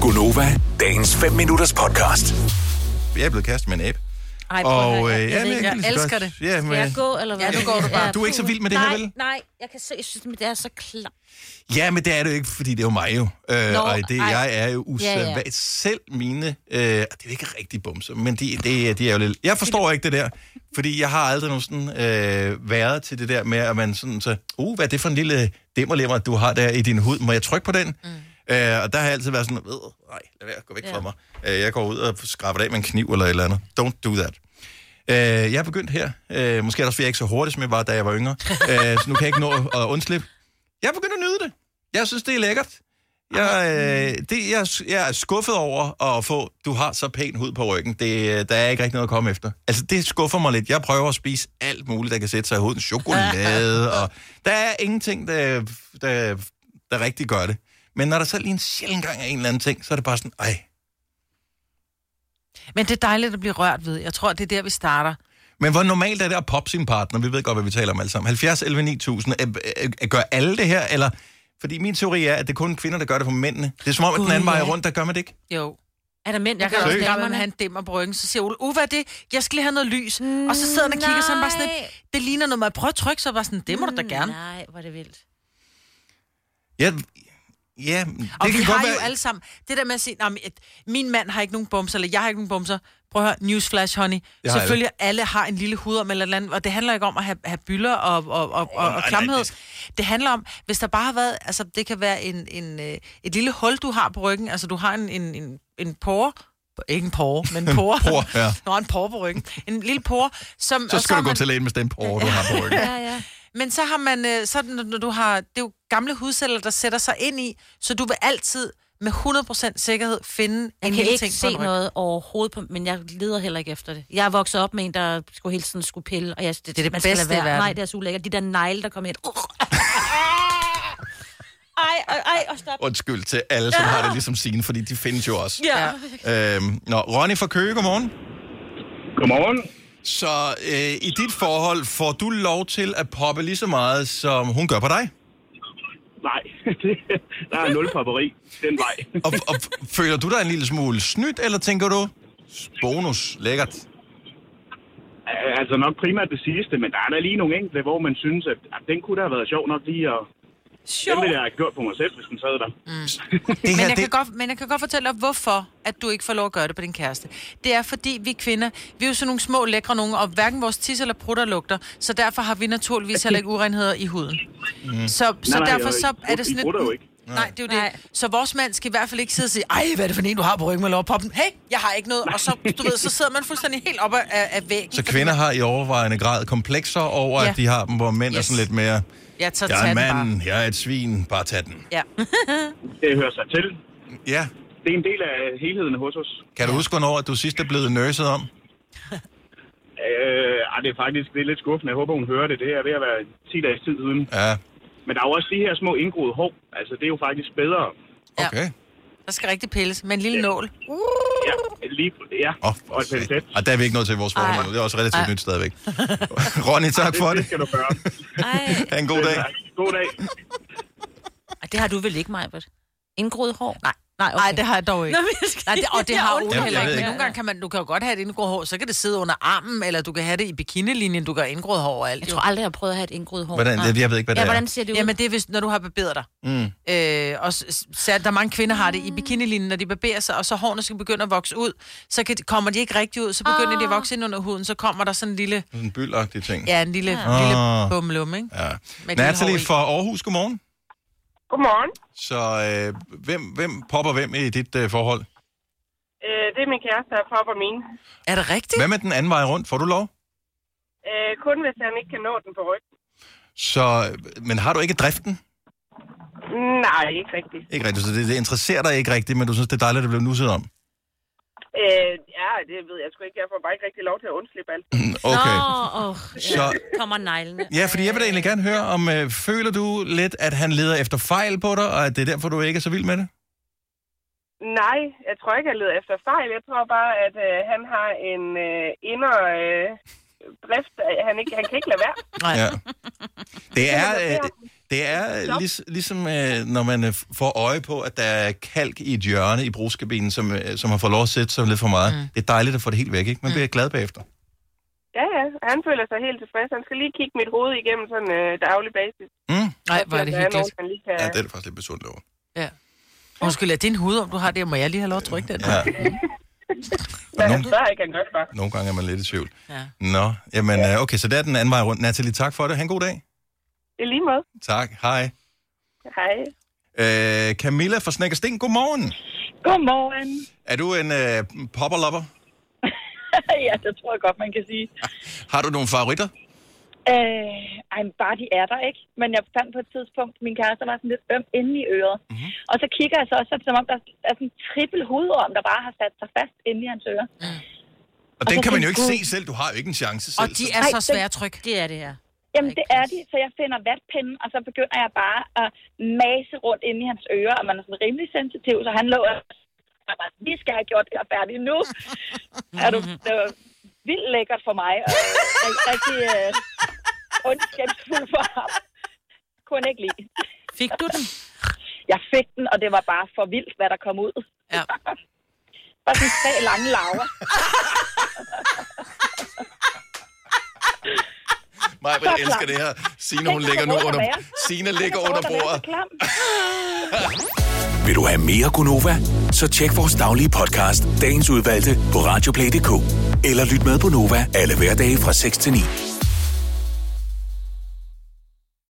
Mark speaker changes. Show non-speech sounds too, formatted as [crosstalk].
Speaker 1: Gunova, dagens 5 minutters podcast.
Speaker 2: Jeg er blevet kæreste med en abe.
Speaker 3: Ej,
Speaker 2: Og,
Speaker 3: og,
Speaker 2: øh,
Speaker 3: jeg,
Speaker 2: jamen,
Speaker 3: jeg,
Speaker 2: jeg
Speaker 3: jeg,
Speaker 2: kan lige
Speaker 3: jeg
Speaker 2: så
Speaker 3: elsker
Speaker 2: godt-
Speaker 3: det.
Speaker 2: Ja, men-
Speaker 3: Skal jeg gå, eller hvad?
Speaker 2: Ja, nu går du bare. Du er ikke så vild med det her,
Speaker 3: nej,
Speaker 2: vel?
Speaker 3: Nej, jeg kan se, jeg synes, det er så klart.
Speaker 2: Ja, men det er det jo ikke, fordi det er jo mig jo. Øh,
Speaker 3: Nå,
Speaker 2: og det,
Speaker 3: ej.
Speaker 2: jeg er jo usædvanlig.
Speaker 3: Ja,
Speaker 2: Ja,
Speaker 3: ja.
Speaker 2: ja. Selv mine, øh, det er jo ikke rigtig bumser, men de, de, de er jo lidt... Jeg forstår ikke det der, fordi jeg har aldrig nogen sådan, øh, været til det der med, at man sådan så, uh, hvad er det for en lille dæmmerlemmer, du har der i din hud? Må jeg trykke på den? Mm. Øh, og der har jeg altid været sådan, ved, nej, lad være, gå væk ja. fra mig. Øh, jeg går ud og skraber det af med en kniv eller et eller andet. Don't do that. Øh, jeg er begyndt her. Øh, måske er det også, fordi jeg ikke er så hurtig, som jeg var, da jeg var yngre. øh, så nu kan jeg ikke nå at undslippe. Jeg er begyndt at nyde det. Jeg synes, det er lækkert. Jeg, øh, det, jeg, jeg er skuffet over at få, du har så pæn hud på ryggen. Det, øh, der er ikke rigtig noget at komme efter. Altså, det skuffer mig lidt. Jeg prøver at spise alt muligt, der kan sætte sig i huden. Chokolade, og der er ingenting, der, der, der rigtig gør det. Men når der så lige en sjældent gang er en eller anden ting, så er det bare sådan, ej.
Speaker 4: Men det er dejligt at blive rørt ved. Jeg tror, det er der, vi starter.
Speaker 2: Men hvor normalt er det at poppe sin partner? Vi ved godt, hvad vi taler om alle sammen. 70, 11, 9000. Øh, øh, øh, Gør alle det her, eller... Fordi min teori er, at det er kun kvinder, der gør det for mændene. Det er som om, at den anden vej rundt, der gør man det ikke.
Speaker 4: Jo.
Speaker 3: Er der mænd, der
Speaker 4: Jeg kan
Speaker 3: gør
Speaker 4: også
Speaker 3: det?
Speaker 2: Seriøst?
Speaker 4: lade med, at han dæmmer på ryggen. Så siger Ole, uh, hvad er det? Jeg skal lige have noget lys. og så sidder han og kigger sådan bare sådan
Speaker 3: nej.
Speaker 4: lidt, det ligner noget, man prøver at trykke, så bare sådan, det må du da gerne.
Speaker 3: Mm, Nej, hvor er det vildt.
Speaker 2: Ja, ja det
Speaker 4: Og
Speaker 2: kan
Speaker 4: vi
Speaker 2: godt
Speaker 4: har
Speaker 2: være...
Speaker 4: jo alle sammen, det der med at sige, "Nå, men, et, min mand har ikke nogen bumser, eller jeg har ikke nogen bumser. Prøv at høre, newsflash, honey.
Speaker 2: Jeg har
Speaker 4: Selvfølgelig alle. alle har en lille hudorm eller et eller andet, og det handler ikke om at have, have bylder og, og, og, og, og,
Speaker 2: nej,
Speaker 4: klamhed.
Speaker 2: det
Speaker 4: Det... det handler om, hvis der bare har været, altså det kan være en, en, øh, et lille hul, du har på ryggen, altså du har en, en, en, en pore, ikke en pore,
Speaker 2: [laughs]
Speaker 4: men en pore.
Speaker 2: Pore, ja.
Speaker 4: Nå, en pore på ryggen. En lille pore, som...
Speaker 2: Så
Speaker 4: og
Speaker 2: skal
Speaker 4: har
Speaker 2: du gå
Speaker 4: man-
Speaker 2: til lægen, hvis den porre, du har på ryggen.
Speaker 3: Ja, ja.
Speaker 4: men så har man, øh, så når, når du har, det er jo gamle hudceller, der sætter sig ind i, så du vil altid med 100% sikkerhed finde
Speaker 3: Jeg
Speaker 4: en
Speaker 3: kan
Speaker 4: lille
Speaker 3: ikke
Speaker 4: ting
Speaker 3: se
Speaker 4: på en ryg.
Speaker 3: noget overhovedet, på, men jeg leder heller ikke efter det. Jeg er vokset op med en, der skulle hele tiden skulle pille, og jeg, det,
Speaker 4: er det
Speaker 3: man skal
Speaker 4: bedste
Speaker 3: lade være.
Speaker 4: i verden.
Speaker 3: Nej, det er så ulækkert. De der negle, der kommer ind. [laughs] Uh. Ej, ej, ej, og stop.
Speaker 2: Undskyld til alle, som har det ligesom sine, fordi de findes jo også.
Speaker 3: Ja.
Speaker 2: Øhm, nå, Ronny fra Køge, godmorgen.
Speaker 5: Godmorgen.
Speaker 2: Så øh, i dit forhold får du lov til at poppe lige så meget, som hun gør på dig?
Speaker 5: Nej, [laughs] der er nul popperi den vej.
Speaker 2: Og, og føler du dig en lille smule snydt, eller tænker du, bonus, lækkert?
Speaker 5: Øh, Altså nok primært det sidste, men der er da lige nogle enkelte, hvor man synes, at, at den kunne da have været sjov nok lige at... Den ville jeg have gjort på mig selv, hvis den sad der.
Speaker 2: Mm. Det
Speaker 4: Men
Speaker 2: her,
Speaker 4: jeg, kan
Speaker 2: det,
Speaker 4: godt, men jeg kan godt fortælle dig, hvorfor at du ikke får lov at gøre det på din kæreste. Det er, fordi vi kvinder, vi er jo sådan nogle små, lækre nogen, og hverken vores tis eller prutter lugter, så derfor har vi naturligvis heller ikke urenheder i huden. Mm. Så, så
Speaker 5: nej,
Speaker 4: derfor
Speaker 5: og
Speaker 4: så
Speaker 5: I-
Speaker 4: er det sådan
Speaker 5: I prutter jo ikke.
Speaker 4: Nej, det er jo
Speaker 3: Nej.
Speaker 4: det. Så vores mand skal i hvert fald ikke sidde og sige, ej, hvad er det for en, du har på ryggen med lovpoppen? Hey, jeg har ikke noget. Og så, du ved, så sidder man fuldstændig helt op af, af væggen.
Speaker 2: så kvinder har i overvejende grad komplekser over,
Speaker 4: Ja.
Speaker 2: at de har dem, hvor mænd yes. er
Speaker 4: Yes.
Speaker 2: sådan lidt mere,
Speaker 4: Ja, så
Speaker 2: jeg er
Speaker 4: tag
Speaker 2: en
Speaker 4: den bare.
Speaker 2: mand, jeg er et svin, bare tag den.
Speaker 4: Ja.
Speaker 5: [laughs] Det hører sig til.
Speaker 2: Ja.
Speaker 5: Det er en del af helheden hos os.
Speaker 2: Kan du huske, hvornår at du sidst er blevet nørset om?
Speaker 5: Øh, ej, det er faktisk det er lidt skuffende. Jeg håber, hun hører det. Det er ved at være 10 dages tid siden.
Speaker 2: Ja,
Speaker 5: Men der er jo også de her små indgroede hår. Altså, det er jo faktisk bedre.
Speaker 4: Ja.
Speaker 2: okay. Ja.
Speaker 4: Der skal rigtig pilles med en lille nål.
Speaker 5: Ja, lige, ja.
Speaker 2: Oh,
Speaker 5: og et penslet.
Speaker 2: og der er vi ikke nået til i vores forhold, nu. det er også relativt nyt stadigvæk. Ronny, tak for
Speaker 5: Det, det
Speaker 2: det.
Speaker 5: skal du gøre.
Speaker 3: Ej,
Speaker 2: Ha' en god dag.
Speaker 5: God dag.
Speaker 3: Ej, det har du vel ikke, Majbert? Indgroet hår? Nej. Nej, okay.
Speaker 4: Nej, det har jeg dog ikke.
Speaker 3: Nå, men jeg skal...
Speaker 4: Nej, det, og det har
Speaker 3: Jeg
Speaker 4: Ole
Speaker 2: jeg
Speaker 4: heller
Speaker 2: ved
Speaker 4: ikke. Men
Speaker 2: ikke.
Speaker 4: nogle gange kan man, du kan jo godt have et indgrået hår, så kan det sidde under armen, eller du kan have det i bikinilinjen, du kan have indgrået hår og alt.
Speaker 3: Jeg
Speaker 4: Jo.
Speaker 3: tror aldrig, jeg har prøvet at have et indgroet hår.
Speaker 2: Hvordan,
Speaker 3: Nej.
Speaker 2: jeg ved ikke, hvad det
Speaker 3: ja,
Speaker 2: er.
Speaker 3: hvordan ser det ud?
Speaker 4: Jamen det er hvis, når du har barberet dig. Mm. Øh, og s- så, er der er mange kvinder har det i bikinilinjen, når de barberer sig, og så hårene skal begynde at vokse ud, så kan, de- kommer de ikke rigtig ud, så begynder de at vokse ind under huden, så kommer der sådan en lille,
Speaker 2: Sådan en byldagtig ting.
Speaker 4: ja, en lille,
Speaker 2: Ah.
Speaker 4: lille bumlum, ikke?
Speaker 2: Ja.
Speaker 4: Med et lille
Speaker 2: Natalie
Speaker 4: hår i.
Speaker 2: fra Aarhus, godmorgen.
Speaker 6: Godmorgen.
Speaker 2: Så øh, hvem, hvem popper hvem i dit øh, forhold?
Speaker 6: Øh, det er min kæreste, der popper mine.
Speaker 4: Er det rigtigt?
Speaker 2: Hvad med den anden vej rundt? Får du lov?
Speaker 6: Øh, kun hvis han ikke kan nå den på ryggen.
Speaker 2: Så, øh, men har du ikke driften?
Speaker 6: Nej, ikke rigtigt.
Speaker 2: Ikke rigtigt, så det, det interesserer dig ikke rigtigt, men du synes, det er dejligt, at det blev nusset om.
Speaker 6: Øh, ja, det ved jeg sgu ikke. Jeg får bare ikke rigtig lov til at undslippe alt.
Speaker 2: Okay.
Speaker 3: Nå, oh,
Speaker 2: Så,
Speaker 3: kommer neglene.
Speaker 2: ja, fordi jeg vil da egentlig gerne høre, om øh, føler du lidt, at han leder efter fejl på dig, og at det er derfor, du ikke er så vild med det?
Speaker 6: Nej, jeg tror ikke, jeg leder efter fejl. Jeg tror bare, at øh, han har en øh, indre øh, drift. at Han, ikke, han kan ikke lade være.
Speaker 4: Nej.
Speaker 2: Ja. Det er,
Speaker 6: Det er
Speaker 2: øh, Det er lig, ligesom, øh, når man øh, får øje på, at der er kalk i et hjørne i brugskabinen, som, øh, som har fået lov at sætte sig lidt for meget. Mm. Det er dejligt at få det helt væk, ikke? Man bliver glad bagefter.
Speaker 6: Ja, ja. Han føler sig helt tilfreds. Han skal lige kigge mit hoved igennem sådan øh, daglig basis.
Speaker 2: Mm.
Speaker 4: Nej, hvor er det
Speaker 6: Der er nogen,
Speaker 4: hyggeligt.
Speaker 6: man lige kan...
Speaker 2: Ja, det er det faktisk lidt besundt over.
Speaker 4: Ja. Undskyld, er det en hudorm, du har der? Må jeg lige have lov at trykke den?
Speaker 2: Ja.
Speaker 6: Hvad
Speaker 2: Nogen-
Speaker 6: han så ikke kan gøre for.
Speaker 2: Nogle gange er man lidt i tvivl.
Speaker 4: Ja.
Speaker 2: Nå, jamen, øh, okay, så det er den anden vej rundt. Natalie, tak for det. Ha' en god dag.
Speaker 6: I lige måde.
Speaker 2: Tak. Hej.
Speaker 6: Hej.
Speaker 2: Øh, Camilla fra Snæk og Sten, godmorgen.
Speaker 7: Godmorgen.
Speaker 2: Er du en øh, popperlopper?
Speaker 7: [laughs] ja, det tror jeg godt, man kan sige.
Speaker 2: Har du nogle favoritter?
Speaker 7: Øh, ej, men bare de er der, ikke? Men jeg fandt på et tidspunkt, min kæreste var sådan lidt øm inde i øret. Mm-hmm. Og så kigger jeg så også, som om der er sådan en trippel hovedorm, der bare har sat sig fast inde i hans øre.
Speaker 2: Og den
Speaker 7: Altså,
Speaker 2: kan man jo
Speaker 7: det
Speaker 2: ikke
Speaker 7: er
Speaker 2: se selv. Du har jo ikke en chance selv.
Speaker 4: Og de er
Speaker 7: Ej,
Speaker 4: så
Speaker 7: den-
Speaker 4: svære at trykke.
Speaker 3: Det er det her.
Speaker 7: Jamen,
Speaker 3: Ej,
Speaker 7: det er de, så jeg finder vatpinden, og så begynder jeg bare at mase rundt inde i hans ører, og man er sådan rimelig sensitiv, så han lå og jeg bare, vi skal have gjort det her færdigt nu. er du, det var vildt lækkert for mig, og rigtig, rigtig øh, ondskabsfuld for ham. Kunne han ikke lide.
Speaker 3: Fik du den?
Speaker 7: Jeg fik den, og det var bare for vildt, hvad der kom ud.
Speaker 4: Ja.
Speaker 7: Bare sådan tre lange laver.
Speaker 2: Maja,
Speaker 7: [laughs] så
Speaker 2: jeg elsker
Speaker 7: klam.
Speaker 2: det her. Signe,
Speaker 7: Den
Speaker 2: hun
Speaker 7: kan
Speaker 2: ligger nu
Speaker 7: der både
Speaker 2: under...
Speaker 7: være.
Speaker 2: Signe ligger
Speaker 7: Den er
Speaker 2: under
Speaker 7: der med,
Speaker 2: bordet.
Speaker 7: så klam.
Speaker 1: Vil du have mere Gunova? Så tjek vores daglige podcast, dagens udvalgte, på radioplay.dk. Eller lyt med på Nova alle hverdage fra 6 til 9.